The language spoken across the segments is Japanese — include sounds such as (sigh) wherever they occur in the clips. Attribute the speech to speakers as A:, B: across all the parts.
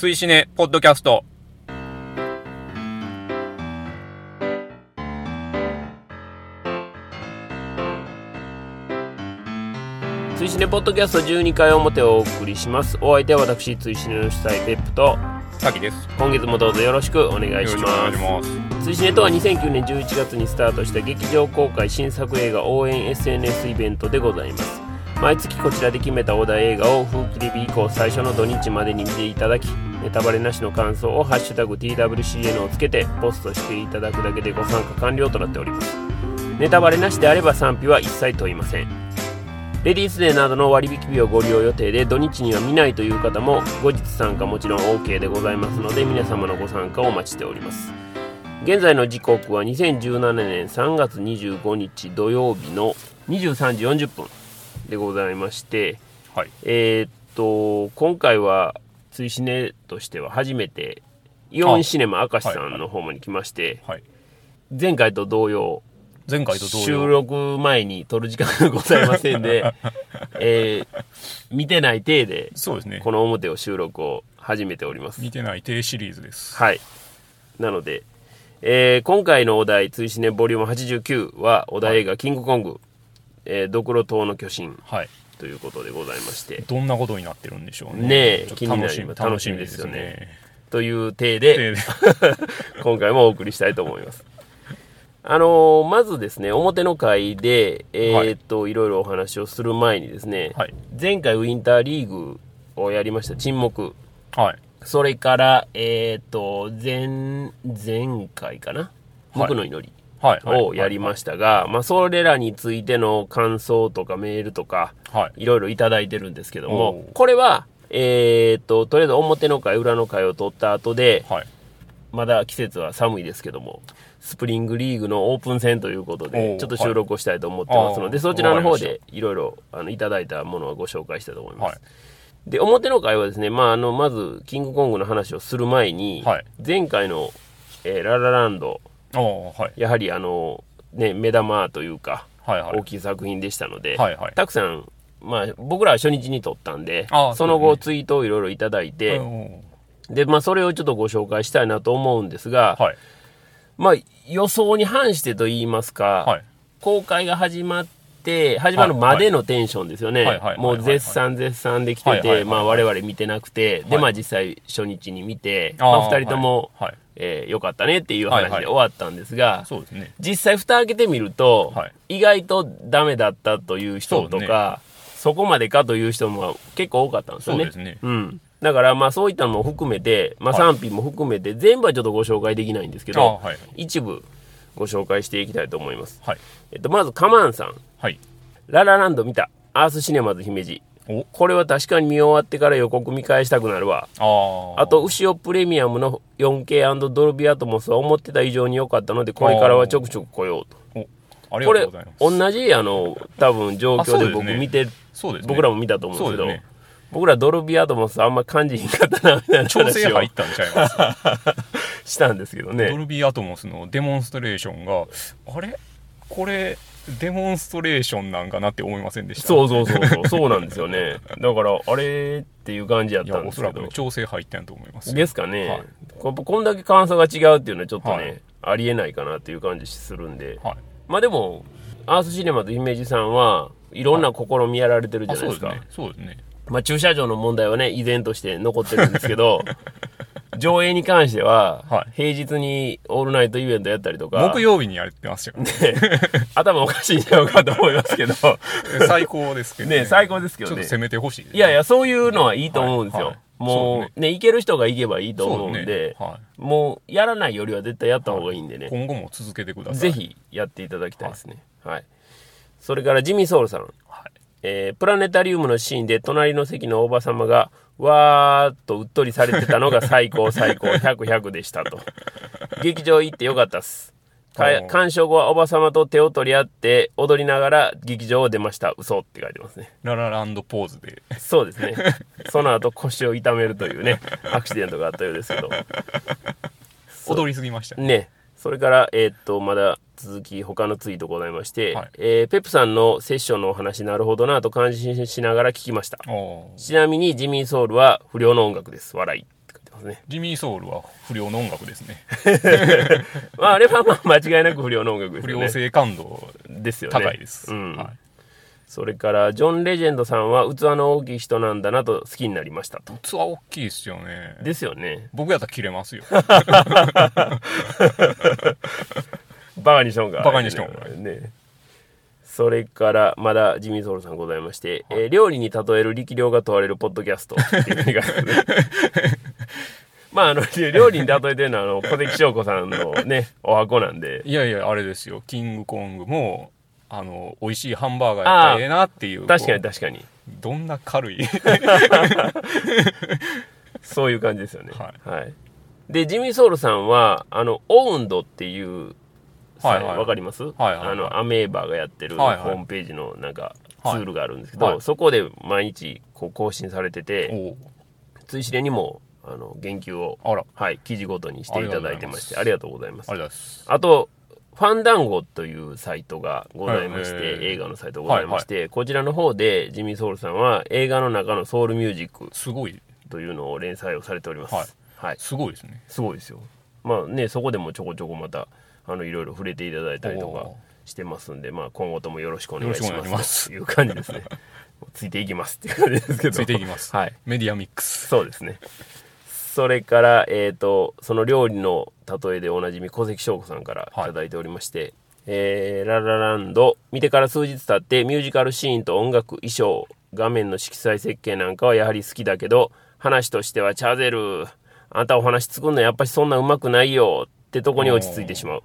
A: 追試ねポッドキャスト
B: 追試ねポッドキャスト12回表をお送りしますお相手は私追試ねの主催ペップと
A: さきです
B: 今月もどうぞよろしくお願いします
A: す
B: 追試ねとは2009年11月にスタートした劇場公開新作映画応援 SNS イベントでございます毎月こちらで決めたお題映画を風切り日以降最初の土日までに見ていただきネタバレなしの感想を「ハッシュタグ #TWCN」をつけてポストしていただくだけでご参加完了となっておりますネタバレなしであれば賛否は一切問いませんレディースデーなどの割引日をご利用予定で土日には見ないという方も後日参加もちろん OK でございますので皆様のご参加をお待ちしております現在の時刻は2017年3月25日土曜日の23時40分でございまして
A: はい
B: えーっと今回は追試ねとしては初めてイオンシネマ明石さんの方に来まして
A: はい
B: 前回と同様
A: 前回と同
B: 収
A: 様
B: 録前に撮る時間がございませ
A: (laughs)
B: んで、えー見てない体で
A: そうですね
B: この表を収録を始めております
A: 見てない低シリーズです
B: はい。なので、えー今回のお題、追試ねボリューム89は、お題映画、キングコング、えードクロ島の巨神
A: はい
B: ということでございまして、
A: どんなことになってるんでしょうね
B: ねえ
A: ちょっと楽し
B: 気にな
A: み
B: り
A: 楽しみですよね
B: という体で、
A: で
B: 今回もお送りしたいと思います。あのーまずですね、表の回で、えーっと、い、ろいろお話をする前にですね、
A: はい
B: 前回ウィンターリーグをやりました、沈黙。
A: はい
B: それから、えっ、と、前、前回かな
A: はい
B: 僕の祈り (laughs)
A: はいはい
B: をやりましたが、まあ、それらについての感想とかメールとか、
A: はい
B: いろいろいただいてるんですけど
A: お
B: も
A: う、
B: これは、えっ、と、とりあえず表の回、裏の回を取った後で、
A: はい
B: まだ季節は寒いですけども、スプリングリーグのオープン戦ということ
A: お
B: で
A: う、
B: ちょっと収録をしたいと思ってますの
A: は
B: で、
A: い
B: そちらの
A: わ
B: 方
A: かり
B: でいろいろあのいただいたものをご紹介したいと思います。
A: はい
B: で、表の回はですね、まあ、あの、まず、キングコングの話をする前に、
A: はい
B: 前回の、えーララランド、
A: ああはい
B: やはりあの、ね、目玉というか、
A: はいはい
B: 大きい作品でしたので、
A: はいはい
B: たくさん、まあ、僕らは初日に撮ったんで
A: ああ、
B: その
A: そう
B: 後
A: で
B: ツイートをいろいろいただいて、
A: うん
B: で、まあ、それをちょっとご紹介したいなと思うんですが、
A: はい
B: まあ、予想に反してと言いますか、
A: はい
B: 公開が始まって、始まるまでのテンションですよ
A: はい
B: ね
A: はいはい。
B: もう絶賛絶賛でき
A: はい
B: て
A: はいはいは
B: て、
A: い
B: まあ我々見てなくて、で
A: はい
B: まあ実際初日に見て、
A: あー
B: まあ二人とも、
A: はいはい
B: えー良かったねっていう
A: はい
B: 話
A: はい
B: で終わったんですが、
A: そうですね
B: 実際蓋開けてみると、
A: はい
B: 意外とダメだったという人
A: そう
B: と
A: ね
B: か、そこまでかという人も結構多かったんですよ
A: そう
B: ね。
A: ですね
B: うん。だからまあそういったのも含めて、まあ
A: は
B: 賛否も含めて、全部はちょっとご紹介できないんですけど、
A: あはい
B: 一部ご紹介していきたいと思います。
A: はい
B: えっと、まずカマンさん。
A: はい
B: ララランド見た。アースシネマズ姫路。
A: お
B: これは確かに見終わってから予告見返したくなるわ。
A: ああ
B: あと、牛尾プレミアムの 4K& ドルビアトモスは思ってた以上に良かったので、これからはちょくちょく来ようと。
A: おありがと
B: これ
A: うございま、す
B: 同じ、あの、多分状況
A: あそう
B: で
A: です
B: 僕
A: ね
B: 見て、
A: そうですね
B: 僕らも見たと思うんです
A: そ
B: けど、
A: うですね
B: 僕らドルビアトモスあんま感じひんかったな、みたいな
A: 調整
B: 話を
A: 入ったんちゃいます
B: したんですけど
A: ド
B: ね。
A: ルビーアトモスのデモンストレーションがあれこれデモンストレーションなんかなって思いませんでした
B: そううそうそうそう、そうなんです
A: (laughs)
B: よね。だから、あれっていう感じやっ
A: や
B: たん
A: お
B: です
A: そ
B: け
A: ら
B: ど
A: く。調整入ったんやと思います
B: ですかね、
A: はい
B: ここんだけ感想が違うっていうのはちょっとね、
A: はい
B: ありえないかなっていう感じするんで、
A: はい
B: まあでもアースシネマとイメージさんはいろんな試みやられてるじ
A: あ
B: ゃな
A: そ
B: い
A: うですす
B: でか
A: ねそうですね
B: まあ、駐車場の問題はね依然として残ってるんですけ (laughs) ど上映に関しては、
A: はい
B: 平日にオールナイトイベントやったりとか
A: 木曜日にやってましたよね
B: (laughs) 頭おかしいんちゃうかと思いますけ (laughs) ど
A: 最高ですけど
B: ね最高ですけどね
A: ちょっと攻めてほしいですね
B: いやいやそういうのはいいと思うんですよ、
A: はいはい
B: もう
A: そう
B: ね行ける人が行けばいいと思うん
A: そう
B: で
A: ねは
B: もうやらないよりは絶対やった方がいいんでね、
A: 今後も続けてください
B: ぜひやっていただきたいですね。はい。それからジミー・ソウルさん。
A: はい
B: えープラネタリウムのシーンで隣の席のおばさまが、わーっとうっとりされてたのが最高
A: (laughs)
B: 最高、100、100でしたと。劇場行ってよかったっす。か
A: おー
B: 鑑賞後はおばさまと手を取り合って踊りながら劇場を出ました。嘘って書いてますね。
A: ララランドポーズで
B: そうですね。その後腰を痛めるというね、アクシデントがあったようですけど。そう
A: 踊りすぎましたね
B: ねそれから、えーっとまだ続き他のツイートございまして、
A: はい
B: えーペップさんのセッションのお話なるほどなと感心しながら聞きました
A: おー
B: ちなみにジミーソウルは不良の音楽です笑いって書いてますね。
A: ジミー・ソウルは不良の音楽です
B: (laughs)
A: ね。
B: まあ、あれはまあ間違いなく不良の音楽です
A: 不
B: よ
A: 良
B: ね。
A: 性感度
B: ですよね。
A: 高いです。
B: うん
A: はい
B: それから、ジョン・レジェンドさんは器の大きい人なんだなと好きになりましたと。
A: 器大きいですよね。
B: ですよね。
A: 僕やったら切れますよ。
B: バカにしとんか。
A: バカにしとんか
B: ね。それから、まだジミー・ソウルさんございまして、えー料理に例える力量が問われるポッドキャス (laughs) トっていうのがまあ、あの、料理に例えてるのは、あの、小関翔子さんのね、お箱なんで、
A: いやいや、あれですよ。キングコングも、あの、美味しいハンバーガーやったらええなっていう。
B: 確かに
A: こ
B: 確かに、
A: うどんな軽
B: (laughs)
A: い。
B: そういう感じですよね。
A: はい
B: で、ジミー・ソウルさんは、あの、オウンドっていう、
A: はい
B: さ
A: はい
B: わかります、
A: はいはい
B: あの、アメーバーがやってるホ
A: はいはい
B: ームページのなんか、ツールがあるんですけど、
A: はいはい
B: そこで毎日こう更新されてて、
A: おう
B: 追試練にもあの言及を、
A: あら、
B: はい、記事ごとにしていただいてましてあ
A: あ
B: りがとうございます
A: ありがとうございます。
B: あとファンダンゴというサイトがございまして、
A: はいえー
B: 映画のサイトがございまして、こちらの方でジミー・ソウルさんは映画の中のソウルミュージック
A: すごい、
B: というのを連載をされております、は
A: はいいすごいですね。
B: すごいですよまあねそこでもちょこちょこまたあのいろいろ触れていただいたりとか
A: おー
B: してますんで、まあ、今後ともよろしくお願いします
A: よろしくお願いします
B: という感じですねもう (laughs) ついていきますっていう感じですけど
A: ついていきます。
B: はい
A: メディアミックス。
B: そうですね。それから、えっ、と、その料理の例えでおなじみ、小関翔子さんからい
A: はい
B: ただいておりまして、えーララランド、見てから数日経って、ミュージカルシーンと音楽、衣装、画面の色彩設計なんかはやはり好きだけど、話としてはチャーゼル、あんたお話作るのやっぱしそんな上手くないよってとこに落ち着いてしまう。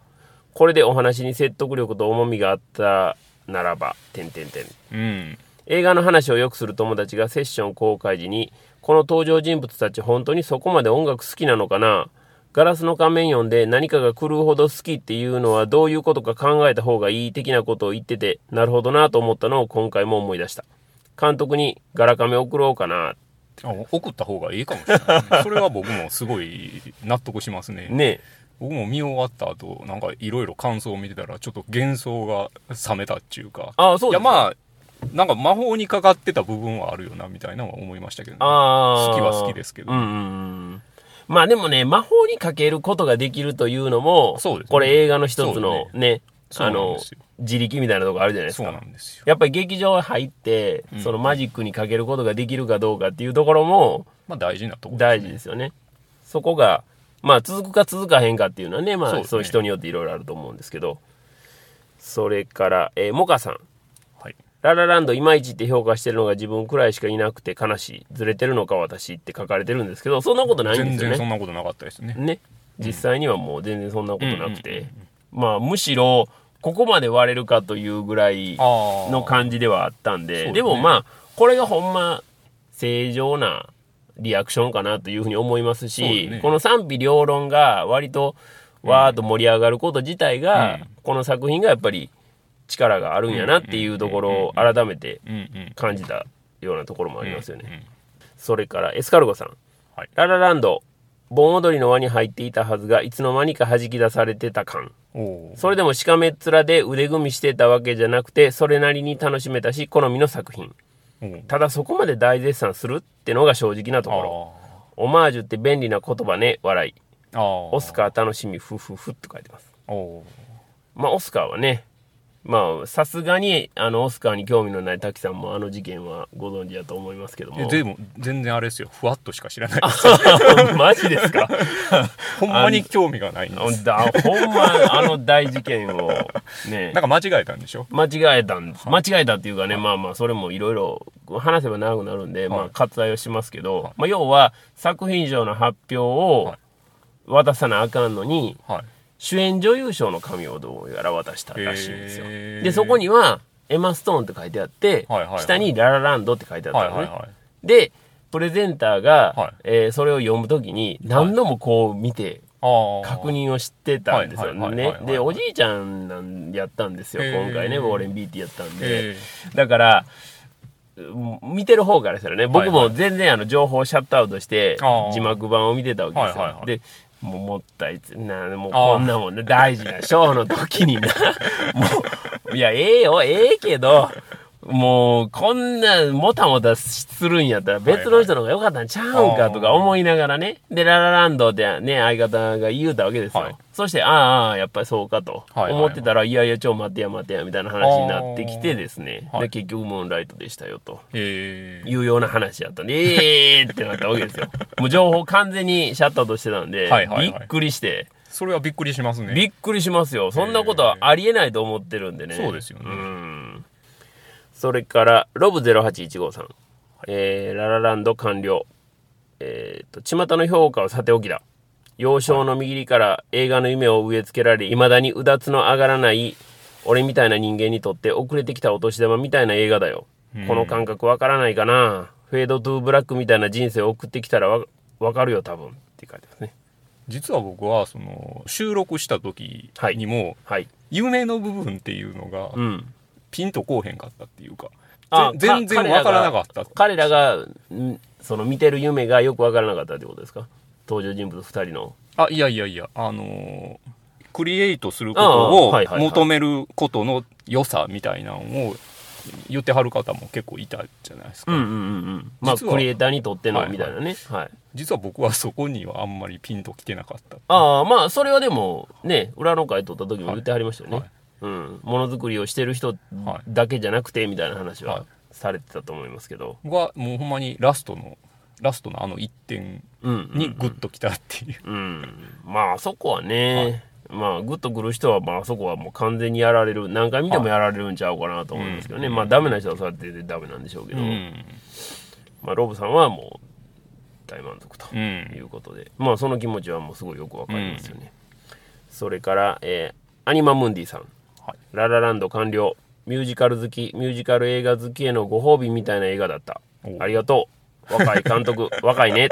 B: これでお話に説得力と重みがあったならば、てんてんてん。
A: うん。
B: 映画の話をよくする友達がセッション公開時にこの登場人物たち本当にそこまで音楽好きなのかなガラスの仮面読んで何かが狂うほど好きっていうのはどういうことか考えた方がいい的なことを言っててなるほどなと思ったのを今回も思い出した監督にガラカメ送ろうかな
A: あ送った方がいいかもしれないです
B: (laughs)
A: ね。それは僕もすごい納得しますね。
B: ね
A: 僕も見終わった後、なんかいろいろ感想を見てたら、ちょっと幻想が冷めたっていうか。
B: ああそう
A: い
B: で
A: や
B: すか
A: まあ、なんか魔法にかかってた部分はあるよな、みたいなのは思いましたけどね、
B: あー
A: 好きは好きですけど
B: うんうんうんまあでもね魔法にかけることができるというのも
A: そうですね
B: これ映画の一つの
A: そ
B: ね
A: そう
B: あ
A: なん
B: の
A: ですよ
B: 自力みたいなとこあるじゃないです
A: そう
B: か
A: なんですよ。
B: やっぱり劇場入って、
A: ん
B: そのマジックにかけることができるかどうかっていうところも
A: まあ大事なところ
B: 大事ですよね。そこが、まあ続くか続かへんかっていうのはね、まあ
A: そ
B: そうう
A: ですね
B: いう人によっていろいろあると思うんですけど、それから、えーモカさん。
A: はい。
B: ララランドいまいちって評価してるのが自分くらいしかいなくて悲しい。ずれてるのか私って書かれてるんですけど、そんなことないん
A: 全
B: ですよ
A: 然そ
B: ね。
A: んなことなかったですね。
B: ね。実際にはもう全然そんなことなく
A: うん
B: て。まあむしろ、ここまで割れるかというぐらい、
A: ああ。
B: の感じではあった
A: そ
B: んで、
A: うですね
B: でもまあ、これがほんま正常なリアクションかなというふうに思います
A: そう
B: し、
A: ですね
B: この賛否両論が割とわーっと盛り上がること自体が、
A: うん
B: この作品がやっぱり力があるんやなっていうところを改めて
A: うんうん。
B: 感じたようなところもありますよね。
A: うん
B: それからエスカルゴさん、
A: はい
B: ララランド、盆踊りの輪に入っていたはずがいつの間にか弾き出されてた感。
A: おおー。
B: それでもしかめっ面で腕組みしてたわけじゃなくて、それなりに楽しめたし、好みの作品。
A: おー
B: ただそこまで大絶賛するってのが正直なところ。オマージュって便利な言葉ね、笑い。
A: あーあー。
B: オスカー楽しみ、ふふふって書いてます。
A: おお
B: まあ、オスカーはね、まあ、さすがに、あの、オスカーに興味のない滝さんもあの事件はご存知だと思いますけど
A: ー。え
B: も。 (laughs)
A: でも、全然あれですよ。ふわっとしか知らない。
B: マジですか (laughs)
A: ほんまに興味がないんで
B: ほ
A: す。
B: んだほんま、あの大事件を、
A: (laughs)
B: ね。
A: なんか間違えたんでしょ
B: 間違えたんです。間違えたっていうかね、まあまあ、それもいろいろ話せば長くなるんで、まあ、割愛をしますけど、まあ、要は、作品賞の発表を
A: はい
B: 渡さなあかんのに、
A: はい。
B: 主演女優賞の紙をどうやら渡したらしいんですよ。
A: へー
B: で、そこには、エマ・ストーンって書いてあって、
A: はいはいはい
B: 下にララランドって書いてあった
A: は
B: の
A: い
B: ね。
A: はいはい。
B: で、プレゼンターが、
A: はい
B: えーそれを読むときに、何度もこう見て、
A: ああ。
B: 確認をしてたんですよ
A: はいはいはいはい
B: ね
A: はい。
B: で、おじいちゃんなんやったんですよ、
A: へー
B: 今回ね、ウォーレン・ビーティやったんで
A: え。ー
B: だから、うん見てる方からしたらね、僕
A: はい
B: も全然あの情報をシャットアウトして
A: あ、ー
B: 字幕版を見てたわけです
A: はいはいは
B: よ。
A: い
B: で、もうもったいつな、もう
A: あー
B: こんなもん
A: (laughs)
B: ね、大事なショーの時にな、もう、いや、ええよ、ええけど、もう、こんな、もたもたするんやったら、別の人の方が良かったんちゃうんかとか思いながらね。で、ララランドでね、相方が言うたわけですよ。
A: はい
B: そして、ああ、やっぱりそうかと。
A: はいはいはい
B: 思ってたら、いやいや、ちょ、待てや待てや、みたいな話になってきてですね。
A: あーは
B: で、
A: い
B: 結局、ムーンライトでしたよ、と。
A: えー
B: いうような話やったんで、えーってなったわけです
A: (laughs)
B: よ。もう情報完全にシャットアウトしてたんで、
A: はいはいはい
B: びっくりして。
A: それはびっくりしますね。
B: びっくりしますよ。そんなことはありえないと思ってるんでね。
A: そうですよね
B: んそれから、ロブ0815さん。えー、ララランド完了。えーと、巷の評価はさておきだ。幼少の右利から映画の夢を植え付けられ、未だにうだつの上がらない、俺みたいな人間にとって遅れてきたお年玉みたいな映画だよ。この感覚わからないかな。フェードトゥーブラックみたいな人生を送ってきたらわわかるよ、多分。って書いてますね。
A: 実は僕は、その、収録した時にも、
B: はい。
A: 夢の部分っていうのが
B: う、ん。
A: ピンとこうへんかったっていうか、
B: あ
A: ぜ全然わからなかった。
B: 彼らがんその見てる夢がよくわからなかったってことですか登場人物2人の
A: あ、いやいやいや、あのークリエイトするこ
B: ああ
A: と
B: はいは
A: を
B: いはい
A: 求めることの良さみたいなのを言ってはる方も結構いたじゃないですか。
B: うんうんうんまあ
A: 実は
B: クリエイターにとって
A: は
B: の
A: い
B: みたいなねはい、
A: 実は僕はそこにはあんまりピンときてなかった。
B: ああまあそれはでもね裏の会撮った時も言ってはりましたよね、
A: はい
B: うんものづくりをしてる人
A: はい
B: だけじゃなくてみたいな話
A: は
B: はいされてたと思いますけど
A: 僕はもうほんまにラストの、ラストのあの一点
B: うん
A: にグッときたっていう。
B: うんまあそこはね、まあグッとくる人はまあそこはもう完全にやられる何回見てもやられるんちゃうかなと思いますけどね、
A: うん
B: まあダメな人はそうやってダメなんでしょうけ
A: う
B: ど、
A: ん。
B: まあ、ロブさんはもう大満足と
A: う
B: い
A: ん。
B: うことで、まあその気持ちはもうすごいよくわかりますよね、それから、えーアニマムンディさん、
A: はい
B: ララランド完了ミュージカル好きミュージカル映画好きへのご褒美みたいな映画だった
A: お
B: ありがとう若い
A: (laughs)
B: 監督若いね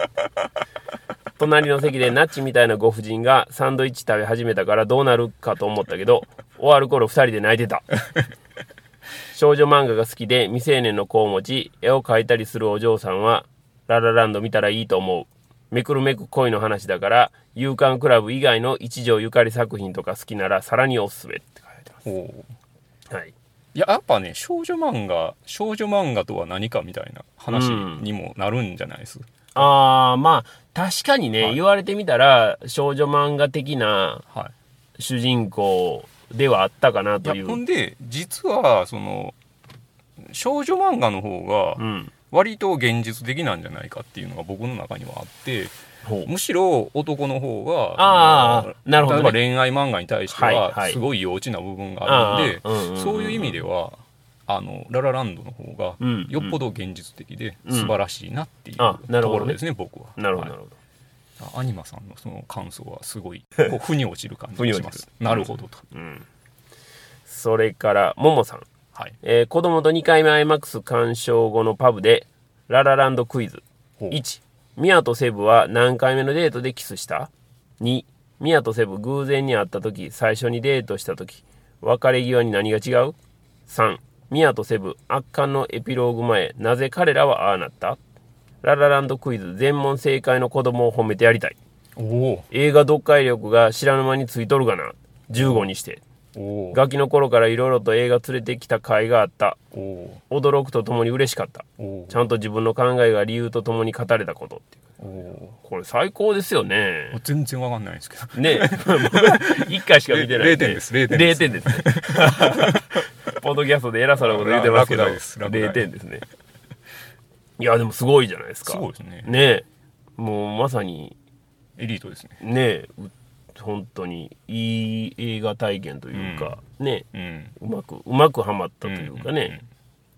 B: 隣の席でナッチみたいなご婦人がサンドイッチ食べ始めたからどうなるかと思ったけど終わる頃2人で泣いてた少女漫画が好きで未成年の子を持ち絵を描いたりするお嬢さんはララランド見たらいいと思うめくるめく恋の話だから勇敢クラブ以外の一条ゆかり作品とか好きならさらにおすすめって書いてま
A: おう
B: すはい
A: いややっぱね少女漫画少女漫画とは何かみたいな話にもなるんじゃないです、
B: ああまあ確かにね、
A: はい
B: 言われてみたら少女漫画的な
A: はい
B: 主人公ではあったかなと
A: い
B: い
A: や
B: う
A: ほんで実はその少女漫画の方
B: う
A: が
B: ん
A: 割と現実的なんじゃないかっていうのが僕の中にはあって
B: ほう
A: むしろ男の方が
B: あー
A: の
B: なるほどね
A: 例えば恋愛漫画に対して
B: はいは
A: はいすごい幼稚な部分があるんで、
B: あーうんうんうん
A: そういう意味ではあのララランドの方が
B: うんうん
A: よっぽど現実的で
B: うん
A: 素晴らしいなっていう
B: あ
A: と
B: なるほ
A: ころ
B: どね
A: ですね、僕は。
B: なるほど
A: はい
B: なるほど、
A: あアニマさんのその感想はすごいこう腑に落ちる感じがしま
B: (laughs) 腑
A: す
B: に落ち。る
A: なるほどと。
B: うんそれからももさん、
A: はい。
B: えー子供と2回目 IMAX 鑑賞後のパブでララランドクイズ
A: ほう
B: 1ミアとセブは何回目のデートでキスした2ミアとセブ偶然に会った時最初にデートした時別れ際に何が違う3ミアとセブ圧巻のエピローグ前なぜ彼らはああなったララランドクイズ全問正解の子供を褒めてやりたい
A: おお
B: 映画読解力が知らぬ間についとるがな15にして
A: おお
B: ガキの頃からいろいろと映画連れてきた甲斐があった
A: おお
B: 驚くとともに嬉しかった
A: おお
B: ちゃんと自分の考えが理由とともに語れたことっていう
A: おお
B: これ最高ですよね。
A: 全然わかんないですけど。
B: ね (laughs) 一回しか見てないん。
A: 0点です0点で
B: 0
A: す (laughs)
B: 点ですね。ポッドキャストで偉そうなこと言ってますけど、
A: 楽ないです楽ない
B: 0点ですね。いや、でもすごいじゃないですか。
A: すごいですね
B: ねもうまさに、
A: エリートですね。
B: ねう本当にいい映画体験というか、ね
A: うん。
B: うまく、うまくはまったというかね。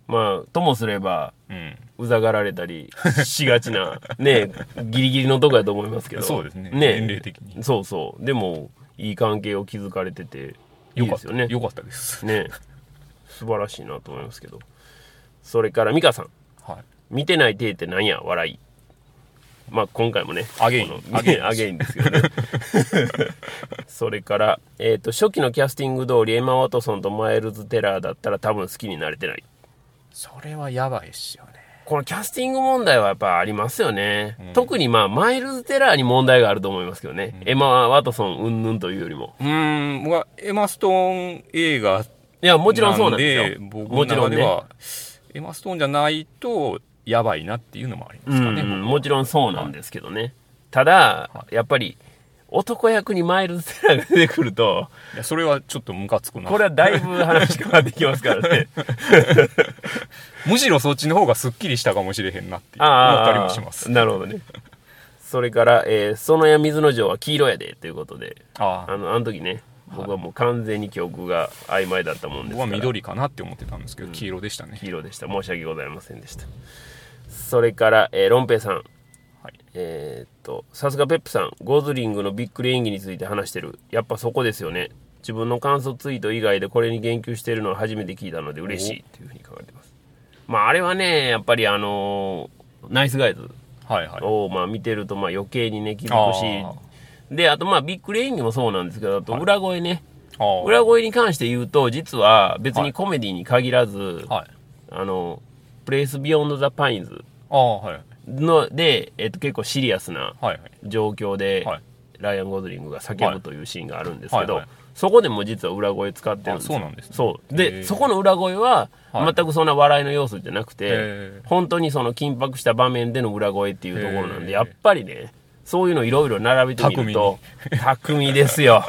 B: まあ、ともすれば、
A: うん。
B: うざがられたりしがちなねギリギリのとこやと思いますけど
A: そうですね年齢的に
B: そうそうでもいい関係を築かれててい
A: よ
B: い
A: か
B: で
A: っ
B: す
A: た
B: よね
A: よかったです。
B: ね素晴らしいなと思いますけどそれから美香さん
A: はい。
B: 見てない体ってなんや笑いまあ今回もね
A: アゲイン
B: この
A: アゲイン
B: ねアゲインですけどね (laughs) それから、えー、と初期のキャスティング通りエマ・ワトソンとマイルズ・テラーだったら多分好きになれてない
A: それはやばいっすよね。
B: このキャスティング問題はやっぱありますよね。特にまあ、マイルズ・テラーに問題があると思いますけどね。エマ・ワトソン云々というよりも。
A: うーん、僕はエマストーン映画
B: いや、もちろんそうなんですよ。
A: 僕
B: も
A: の
B: ちろ
A: 中
B: ん
A: で
B: ね。
A: は、エマ・ストーンじゃないとやばいなっていうのもありますかね、
B: うんうんもちろんそうなんですけどね、ただ、やっぱり男役にマイルズ・テラーが出てくると
A: いやそれはちょっとムカつくな
B: これはだいぶ話変わってきますから
A: (laughs)
B: ね
A: むしろそっちの方がすっきりしたかもしれへんなっていう思
B: あ
A: ったりも
B: あ
A: します
B: なるほどねそれから、えーそのや水の城は黄色やで」ということで
A: あ
B: あ
A: あ
B: のあの時ね僕はもう完全に記憶が曖昧だったもんです
A: 僕
B: か
A: は
B: ら
A: 緑かなって思ってたんですけど、黄色でしたね
B: 黄色でした申し訳ございませんでしたそれから、えー、ロンペイさん
A: はい
B: えーっとさすがペップさんゴズリングのびっくり演技について話してるやっぱそこですよね自分の感想ツイート以外でこれに言及してるのは初めて聞いたので嬉しいっていうふうに書かれてますまああれはねやっぱりあのーナイスガイズ
A: はいはい
B: をまあ見てるとまあ余計にね気づく
A: あ
B: しであとまあびっくり演技もそうなんですけどあと裏声ね、
A: ああ
B: 裏声に関して言うと実は別にコメディに限らず、
A: はい
B: あの「プレイス・ビヨンド・ザ・パインズ
A: ああはい
B: の」で、えっと、結構シリアスな
A: はいはい
B: 状況で、
A: はい
B: ライアン・ゴズリングが叫ぶというシーンがあるんですけど、
A: はいはい
B: そこでも実は裏声使ってるんですよ
A: あそうなんですね
B: そう
A: へ
B: で
A: ー
B: そこの裏声は
A: はい
B: 全くそんな笑いの要素じゃなくて、
A: へー
B: 本当にその緊迫した場面での裏声っていうところなんで
A: へー
B: やっぱりねそういうのいろいろ並べてみ
A: (laughs)
B: ると巧みですよ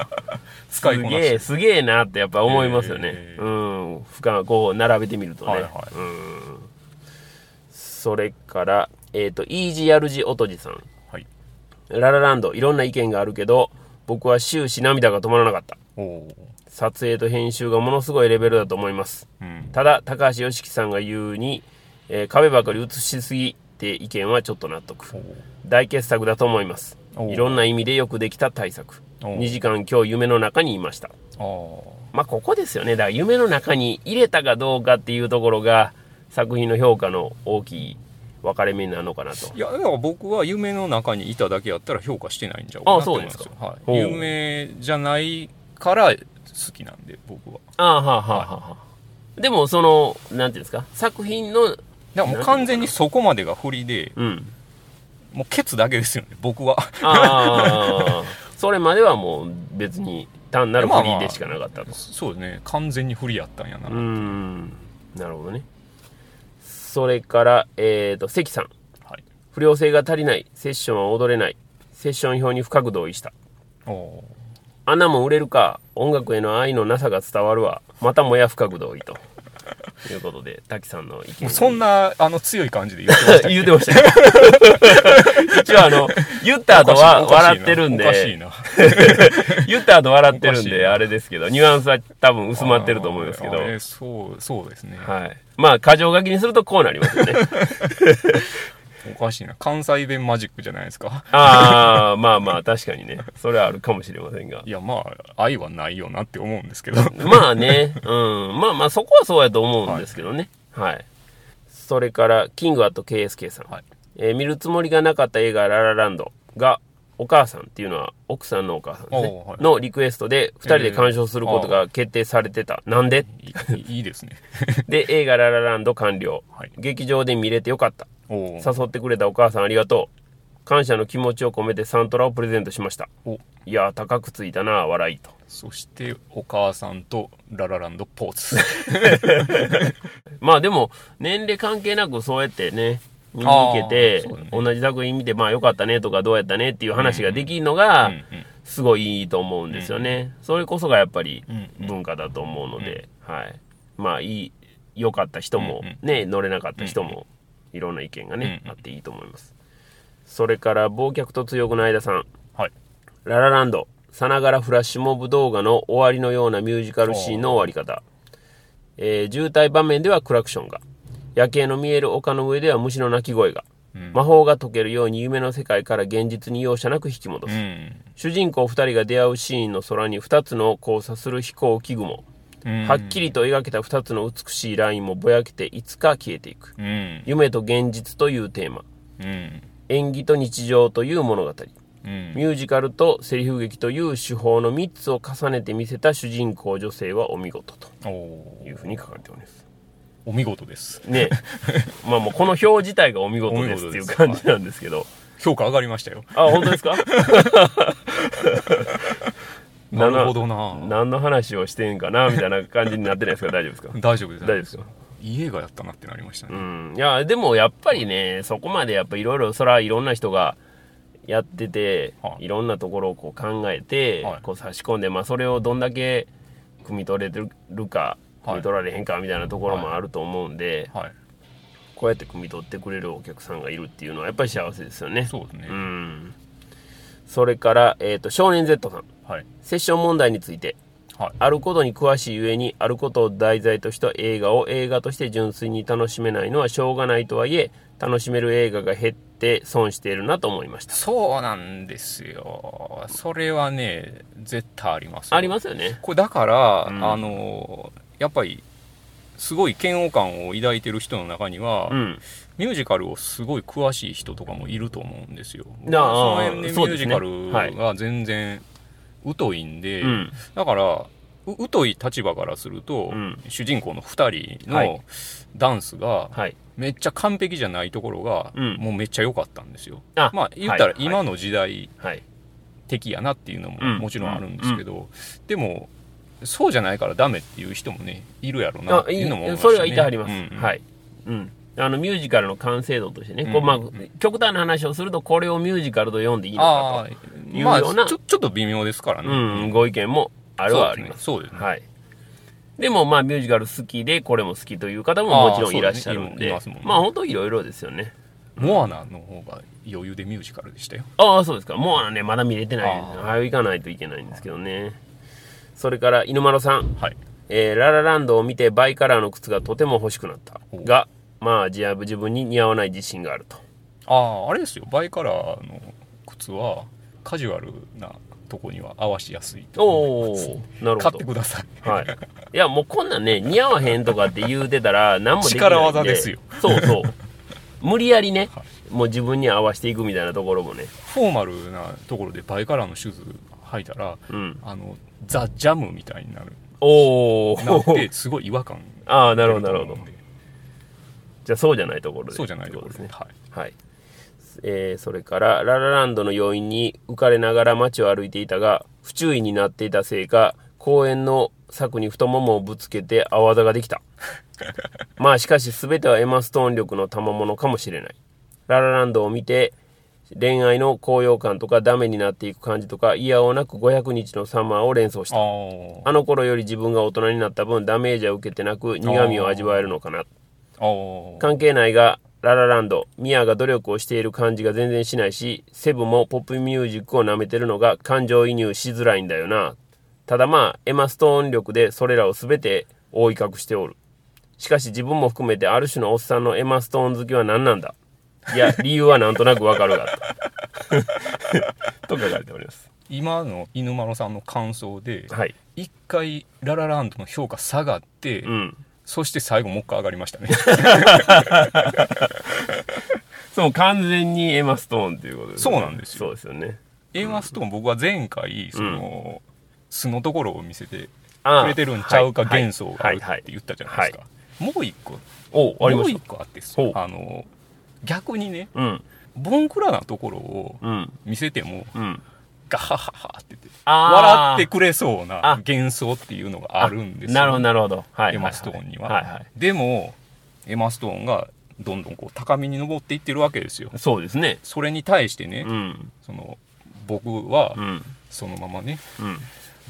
A: 使い
B: す
A: こな
B: げ
A: し
B: えすげえなってやっぱ思いますよね
A: へ、ー
B: うん俯瞰こう並べてみるとね、
A: はいはい
B: うんそれからえっ、とイージーアルジオトジさん
A: はい
B: ララランド、いろんな意見があるけど、僕は終始涙が止まらなかった。
A: おお
B: 撮影と編集がものすごいレベルだと思います。
A: うん
B: ただ、高橋良樹さんが言うに、えー壁ばかり映しすぎって意見はちょっと納得
A: お。ー
B: 大傑作だと思います。
A: お
B: いろんな意味でよくできた大作。
A: お
B: 2時間今日夢の中にいました。
A: ああ
B: まあ、ここですよね。だから夢の中に入れたかどうかっていうところが、作品の評価の大きい分かれ目なのかなと。
A: いやだから僕は夢の中にいただけやったら評価してないんじゃうかなと思いますよ
B: あそうです
A: はい、
B: ほう
A: 夢じゃないから好きなんで僕は
B: ああはあはあはあはあでもそのなんていうんですか作品の
A: だからもう完全にそこまでが振りで
B: うん
A: もうケツだけですよね僕は
B: ああ (laughs) それまではもう別に単なるフリ
A: まあま
B: ー
A: あ
B: でしかなかったと、
A: そうですね完全に不利やったんやな、
B: うーんなるほどねそれからえっ、と関さん
A: はい
B: 不良性が足りないセッションは踊れないセッション表に深く同意した
A: おお
B: アナも売れるか音楽への愛のなさが伝わるわまたもや深く同意ということで滝さんの意見
A: ー
B: を
A: そんなあの強い感じで言ってました
B: 言うてましたよ一 (laughs) 応あの言った後は笑ってるん
A: おかしい
B: で
A: なおかしいな
B: 言った後笑ってるん
A: おかしい
B: で
A: な
B: あれですけどニュアンスは多分薄まってると思いますけど
A: あーあれそうそうですね、
B: はいまあ箇条書きにするとこうなりま
A: (laughs)
B: すよね
A: おかしいな関西弁マジックじゃないですか
B: ああまあまあ確かにねそれはあるかもしれませんが
A: いやまあ愛はないよなって思うんですけど
B: (laughs) まあねうんまあまあそこはそうやと思うんですけどねはい、それからキングアット KSK さん、
A: はい
B: えー見るつもりがなかった映画「ララランド」がお母さんっていうのは奥さんのお母さんですね、
A: おうはい
B: のリクエストで2人で鑑賞することが決定されてた、なんで
A: い (laughs) いいいですね
B: (laughs) で映画「ララランド」完了、
A: はい
B: 劇場で見れてよかった
A: おー
B: 誘ってくれたお母さんありがとう感謝の気持ちを込めてサントラをプレゼントしました
A: お
B: いやー高くついたな笑いと
A: そしてお母さんとララランドポ
B: (laughs)
A: ーズ
B: まあでも年齢関係なくそうやってね見に行けて、
A: あーそうだね
B: 同じ作品見てまあよかったねとかどうやったねっていう話ができるのが
A: うんうん
B: すごいいいと思うんですよね、それこそがやっぱり
A: うんうん
B: 文化だと思うので、はいまあいい良かった人も
A: うんうん
B: ね乗れなかった人もいろんな意見がね、
A: うんうん
B: あっていいと思いますそれから「忘却と強くの間さん」
A: はい
B: 「ララランド」さながらフラッシュモブ動画の終わりのようなミュージカルシーンの終わり方、えー渋滞場面ではクラクションが夜景の見える丘の上では虫の鳴き声が、
A: うん
B: 魔法が解けるように夢の世界から現実に容赦なく引き戻す、
A: うん
B: 主人公2人が出会うシーンの空に2つの交差する飛行機雲、
A: うん
B: はっきりと描けた2つの美しいラインもぼやけていつか消えていく
A: うん
B: 夢と現実というテーマ
A: うん
B: 演技と日常という物語
A: うん
B: ミュージカルとセリフ劇という手法の3つを重ねて見せた主人公女性はお見事と
A: おー
B: いうふうに書かれております
A: お見事です
B: (laughs) ねえまあもうこの表自体がお見事ですっていう感じなんですけど
A: 評価上がりましたよ
B: あ本当ですか
A: なるほどな
B: (laughs) 何の話をしてんかなみたいな感じになってないですか大丈夫ですか (laughs)
A: 大丈夫です
B: 大丈夫ですか
A: いい映画やったなってなりました
B: う
A: ね、
B: ん、いやでもやっぱりねそこまでやっぱいろいろそらいろんな人がやってて、
A: はい
B: い、ろんなところをこう考えて、
A: はい
B: こう差し込んで、まあ、それをどんだけ汲み取れてるか
A: はい
B: 汲み取られへんかみたいなところもあると思うんで、
A: はい
B: こうやって汲み取ってくれるお客さんがいるっていうのはやっぱり幸せですよね。
A: そうですね、
B: ん、それから、えー、と少年 Z さん
A: はい
B: セッション問題について
A: はい
B: あることに詳しいゆえにあることを題材とした映画を映画として純粋に楽しめないのはしょうがないとはいえ楽しめる映画が減って損しているなと思いました
A: そうなんですよそれはね絶対ありますよ
B: ありますよね
A: これだから、
B: うん
A: あのやっぱりすごい嫌悪感を抱いてる人の中には、
B: うん
A: ミュージカルをすごい詳しい人とかもいると思うんですよ。僕
B: なあ
A: はその辺でミ
B: そう
A: ュー
B: です
A: ジ
B: ね
A: カルが全然疎いんで、
B: うん
A: だからう疎い立場からすると、
B: うん
A: 主人公の2人
B: はい
A: のダンスが
B: はい
A: めっちゃ完璧じゃないところが、
B: うん
A: もうめっちゃ良かったんですよ。
B: あ
A: まあ言ったら
B: はい
A: 今の時代、
B: はい
A: 的やなっていうのも
B: うん
A: もちろんあるんですけど、でもそうじゃないからダメっていう人もねいるやろなっ
B: あ
A: て
B: い
A: いうのも思い
B: い
A: ました
B: そ
A: ね
B: れはいてはります、
A: うんうん
B: はい、うん、あのミュージカルの完成度としてね、
A: うん
B: こうまあ、極端な話をするとこれをミュージカルと読んでいいの
A: ああ
B: かいう
A: まあ
B: ような
A: ちょちょっと微妙ですから
B: と、
A: ね、
B: うん、ご意見もあるはあります
A: そうですねそうですね
B: はい。でもまあミュージカル好きでこれも好きという方ももちろんいらっしゃる
A: あーそ
B: んで、
A: うですねいますもんね
B: まあ本当いろいろですよね。
A: モアナの方が余裕でミュージカルでしたよ
B: ああそうですか。もうねまだ見れてないです。
A: あー
B: 早く行かないといけないんですけどね。それから犬丸さん、
A: はい
B: えーララランドを見てバイカラーの靴がとても欲しくなった
A: お
B: が、まあ自自分に似合わない自信があると。
A: あああれですよバイカラーの靴はカジュアルなとこには合わしやすいと
B: お
A: 思い
B: お
A: ます、
B: なる
A: 買
B: ほ
A: って
B: ど。
A: ください
B: はい、いやもうこんなんね似合わへんとかって言うてたら何もできないんで
A: 力技ですよ
B: そう
A: (laughs)
B: そう無理やりね、
A: は
B: もう自分に合わせていくみたいなところもね
A: フォーマルなところでバイカラーのシューズ履いたら
B: うん
A: あのザ・ジャムみたいになる
B: おお
A: なってすごい違和感
B: ああなるほどなるほど
A: 出ると思うんで
B: じゃあそうじゃないところで
A: そうじゃないところ
B: っ
A: です
B: て
A: ね
B: と
A: はい
B: はい、えーそれからララランドの要因に浮かれながら街を歩いていたが不注意になっていたせいか公園の柵に太ももをぶつけて青技ができたまあしかし全てはエマ・ストーン力の賜物かもしれないララランドを見て恋愛の高揚感とかダメになっていく感じとかいやおなく500日のサマーを連想した
A: あ
B: あの頃より自分が大人になった分ダメージは受けてなく苦味を味わえるのかな
A: あああ
B: 関係ないがララランドミアが努力をしている感じが全然しないしセブもポップミュージックを舐めてるのが感情移入しづらいんだよなただまあエマ・ストーン力でそれらを全て覆い隠しておるしかし自分も含めてある種のおっさんのエマ・ストーン好きは何なんだいや理由はなんとなくわかるがとと書かれております
A: 今の犬丸さんの感想で
B: はい
A: 一回ララランドの評価下がって
B: うん
A: そして最後もう一回上がりました
B: (laughs)
A: ね
B: そう完全にエマ・ストーンっていうことですね
A: そうなんですよ
B: そうですよね
A: エマストーン僕は前回その素のところを見せて
B: ああ
A: くれてるんちゃうか
B: はい
A: 幻想がある
B: はいは
A: っ
B: い
A: て言ったじゃないですかもう一個
B: おあり
A: も
B: ま
A: う
B: し
A: 一
B: た
A: 個あってです
B: ほう
A: あの逆にね
B: うん
A: ボンクラなところを
B: うん
A: 見せても
B: うん
A: ガハハハって言って
B: あー
A: 笑ってくれそう
B: あ
A: な幻想っていうのがあるんですよ
B: なるほどなるほど、はい、
A: エマ・ストーンには、
B: はいはい
A: でもエマ・ストーンがどんどんこう高みに登っていってるわけですよ
B: そうですね
A: それに対してね、
B: うん
A: その僕は
B: うん
A: そのままね
B: うん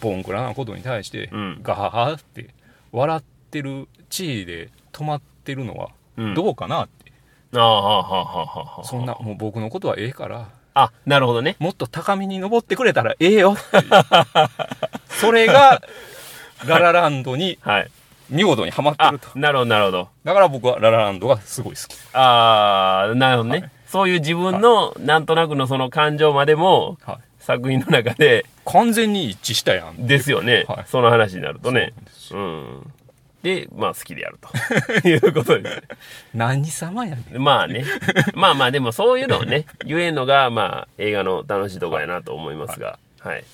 A: ボンクラなことに対して
B: うん
A: ガハハって笑ってる地位で止まってるのは
B: うん
A: どうかなって、
B: ああはあはあはあはあ
A: そんなもう僕のことはええから
B: あなるほどね
A: もっと高みに登ってくれたらええよ
B: (laughs)
A: っていうそれがララランドに
B: はい
A: 見事にはまって
B: あ
A: ると
B: なるほどなるほど
A: だから僕はララランドがすごい好き
B: ああなるほどね、そういう自分のなんとなくのその感情までも
A: はい
B: 作品の中で
A: 完全に一致したやんって
B: ですよね、
A: はい
B: その話になるとね
A: そうなんです
B: うんでまあ好きでやる
A: (laughs)
B: ということですね
A: 何様やねん
B: まあね。まあまあ、でもそういうのをね、言えんのが、まあ、映画の楽しいところやなと思いますが、はい。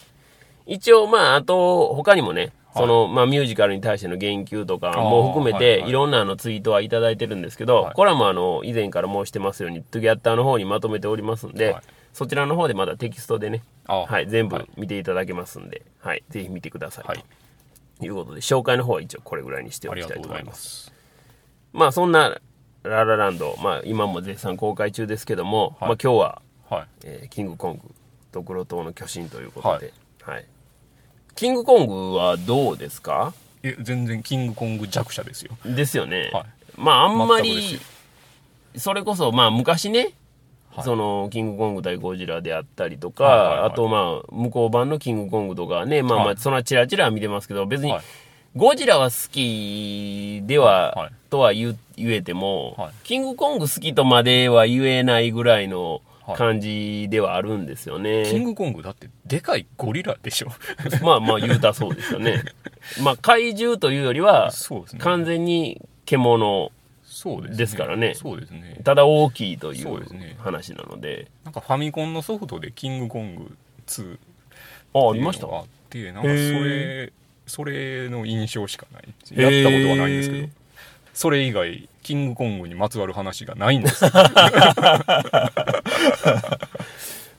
B: 一応、まあ、あと、他にもね、
A: はい
B: その、まあ、ミュージカルに対しての言及とかも含め
A: あーはい
B: て、
A: はい
B: いろんなあのツイートはいただいてるんですけど
A: は、い
B: これはもうあの、以前から申してますように、トゥギャッターの方にまとめておりますんで
A: はい、
B: そちらの方でまだテキストでね、
A: あ
B: はい、全
A: は
B: 部
A: い
B: 見ていただけますんで、はい、ぜひ見てください。
A: はい
B: ということで、紹介の方は一応これぐらいにしてお
A: ありが
B: きた
A: と
B: いうと
A: ござ
B: 思い
A: い
B: ま。
A: ますす
B: まあそんなララランド、まあ今も絶賛公開中ですけども、
A: はい
B: まあ今日は、
A: はい
B: えーキングコング、ドクロ島の巨神ということで、はい。キングコングはどうですか
A: いや全然キングコング弱者ですよ
B: ですよね。
A: はい
B: まああんま
A: 全く
B: り
A: で、
B: それこそまあ昔ね、
A: はい
B: そのキングコング対ゴジラであったりとか、
A: はいはいはい
B: あとまあ向こう版のキングコングとかね、まあま
A: は
B: あ
A: い
B: そんなチラチラ見てますけど、別に
A: はい
B: ゴジラは好きで
A: はいは、
B: はいとは言う言えても、
A: はい
B: キングコング好きとまでは言えないぐらいの
A: はい
B: 感じではあるんですよね。
A: キングコングだってでかいゴリラでしょ
B: まあまあ言うたそうですよね。
A: (laughs)
B: まあ怪獣というよりは、
A: そうですね
B: 完全に獣、
A: そうです、
B: ですからね
A: そうですね
B: ただ大きいとい
A: そう
B: う
A: ですね
B: 話なので。
A: なんかファミコンのソフトでキングコング2
B: あ、
A: あ
B: ありました
A: あってなんかそ
B: へ
A: れそれの印象しかないやったことはないんですけ
B: へ
A: ど
B: ー
A: それ以外キングコングにまつわる話がないんです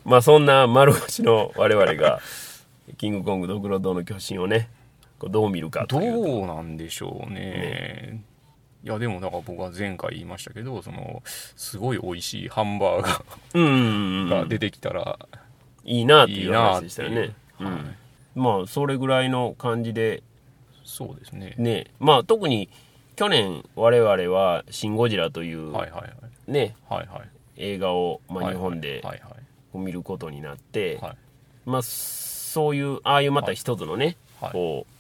B: まあそんな丸腰の我々が、 (laughs) キングコングドクロ堂の巨神をね、こうどう見るかという。
A: どうなんでしょうねいやでもだから僕は前回言いましたけどそのすごい美味しいハンバーガ
B: うんうんうん
A: ー
B: う
A: が
B: ん。
A: 出てきたら
B: いいなって
A: い
B: い
A: いうな
B: 話
A: っ
B: でしてたよ
A: いう
B: ね。うん
A: はい
B: まあそれぐらいの感じで、
A: そうですね
B: ね、まあ特に去年我々は「シン・ゴジラ」という、
A: はいはい
B: ね、
A: はいはいはい
B: 映画を、ま
A: は
B: あ、
A: い
B: 日本で
A: はいは
B: 見ることになって、
A: いはい
B: まあそういうああいうまた一つのね、
A: はい
B: こう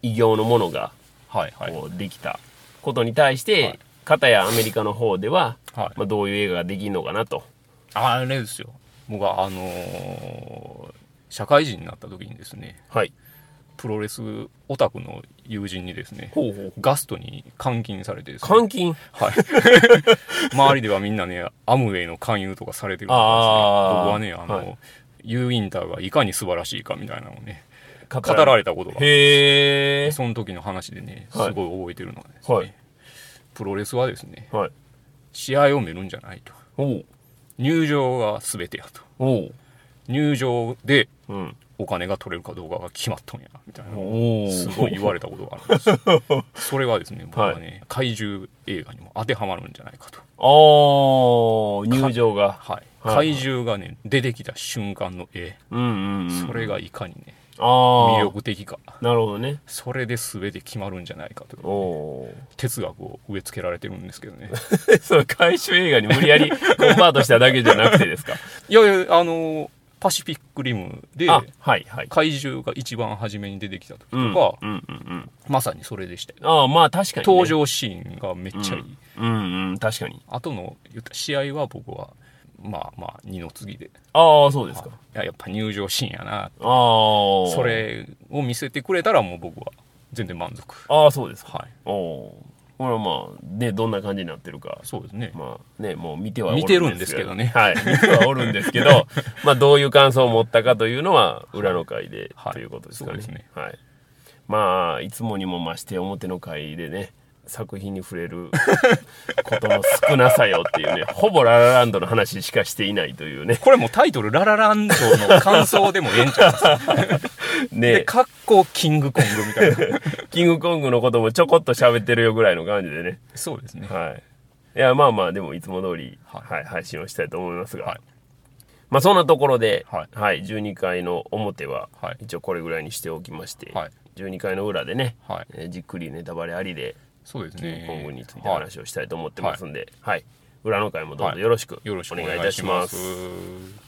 B: 異形のものが
A: はいはい
B: こうできたことに対して、
A: はい
B: 片やアメリカの方では、
A: はい
B: まあ、どういう映画ができるのかなと。
A: あれですよ僕はあのー社会人になった時にですね
B: はい、
A: プロレスオタクの友人にですね
B: ほうほう
A: ガストに監禁されてですね
B: 監禁
A: はい、 (laughs) 周りではみんなねアムウェイの勧誘とかされてるんですね僕
B: あー
A: はねあの、
B: はい
A: U インターがいかに素晴らしいかみたいなのをね
B: 語
A: 語られたことが
B: へえ、
A: その時の話でねす
B: は
A: ご
B: い
A: い覚えてるのはですね、
B: はい
A: プロレスはですね
B: はい、
A: 試合を見るんじゃないと
B: おう
A: 入場が全てやと
B: おう、
A: 入場で
B: うん、
A: お金が取れるかどうかが決まっとんやみたいな
B: お
A: すごい言われたことがあるんですよそれはですね僕はね、怪獣映画にも当てはまるんじゃないかと、
B: (laughs) あー入場が
A: はい
B: はい
A: 怪獣がね出てきた瞬間の絵、
B: うんうん、うん、
A: それがいかにね
B: ああ
A: 魅力的か
B: なるほどね
A: それで全て決まるんじゃないかという
B: おお
A: 哲学を植え付けられてるんですけどね (laughs)
B: ー (laughs) その回収映画に無理やりコンバートしただけじゃなくて (laughs) ですか
A: いやいやあのパシフィックリムで
B: あはいはい
A: 怪獣が一番初めに出てきた時とか、
B: うんうんうんうん
A: まさにそれでしたよ
B: ああまあ確かに、ね、
A: 登場シーンがめっちゃいい、
B: うんうん確かに
A: 後の言った試合は僕はまあまあ二の次で
B: ああそうですか
A: いややっぱ入場シーンやな
B: ああ
A: それを見せてくれたらもう僕は全然満足
B: ああそうですか
A: はい
B: おおーこれはまあねどんな感じになってるか
A: そうですね、
B: まあねもう見てはお
A: 見てるんですけどね (laughs)
B: はい見てはおるんですけどまあどういう感想を持ったかというのは裏の回で、
A: はい
B: ということですかね
A: そうですね
B: はいまあいつもにも増して表の回でね作品に触れることの少なさよっていうねほぼララランドの話しかしていないとい
A: (laughs)
B: うね
A: これもうタイトル「ララランド」の感想でもええん (laughs) ちゃいますで
B: ね
A: かっこキングコングみたいな
B: キングコングのこともちょこっと喋ってるよぐらいの感じでね
A: (laughs) そうですね
B: はいいやまあまあでもいつも通り、
A: はい
B: はい、配信をしたいと思いますが、
A: はい
B: まあそんなところで、は、
A: はい
B: 12回の表は
A: はい
B: 一応これぐらいにしておきまして、
A: はい
B: 12回の裏でね、
A: はい
B: えーじっくりネタバレありで、
A: そうです
B: キングコング
A: ね
B: について話をしたいと思ってますんで、はい、裏の回もどう
A: は
B: ぞ
A: い
B: よろしく
A: よろしく
B: お
A: お
B: 願いい
A: 願い
B: た
A: し
B: しま。
A: ますす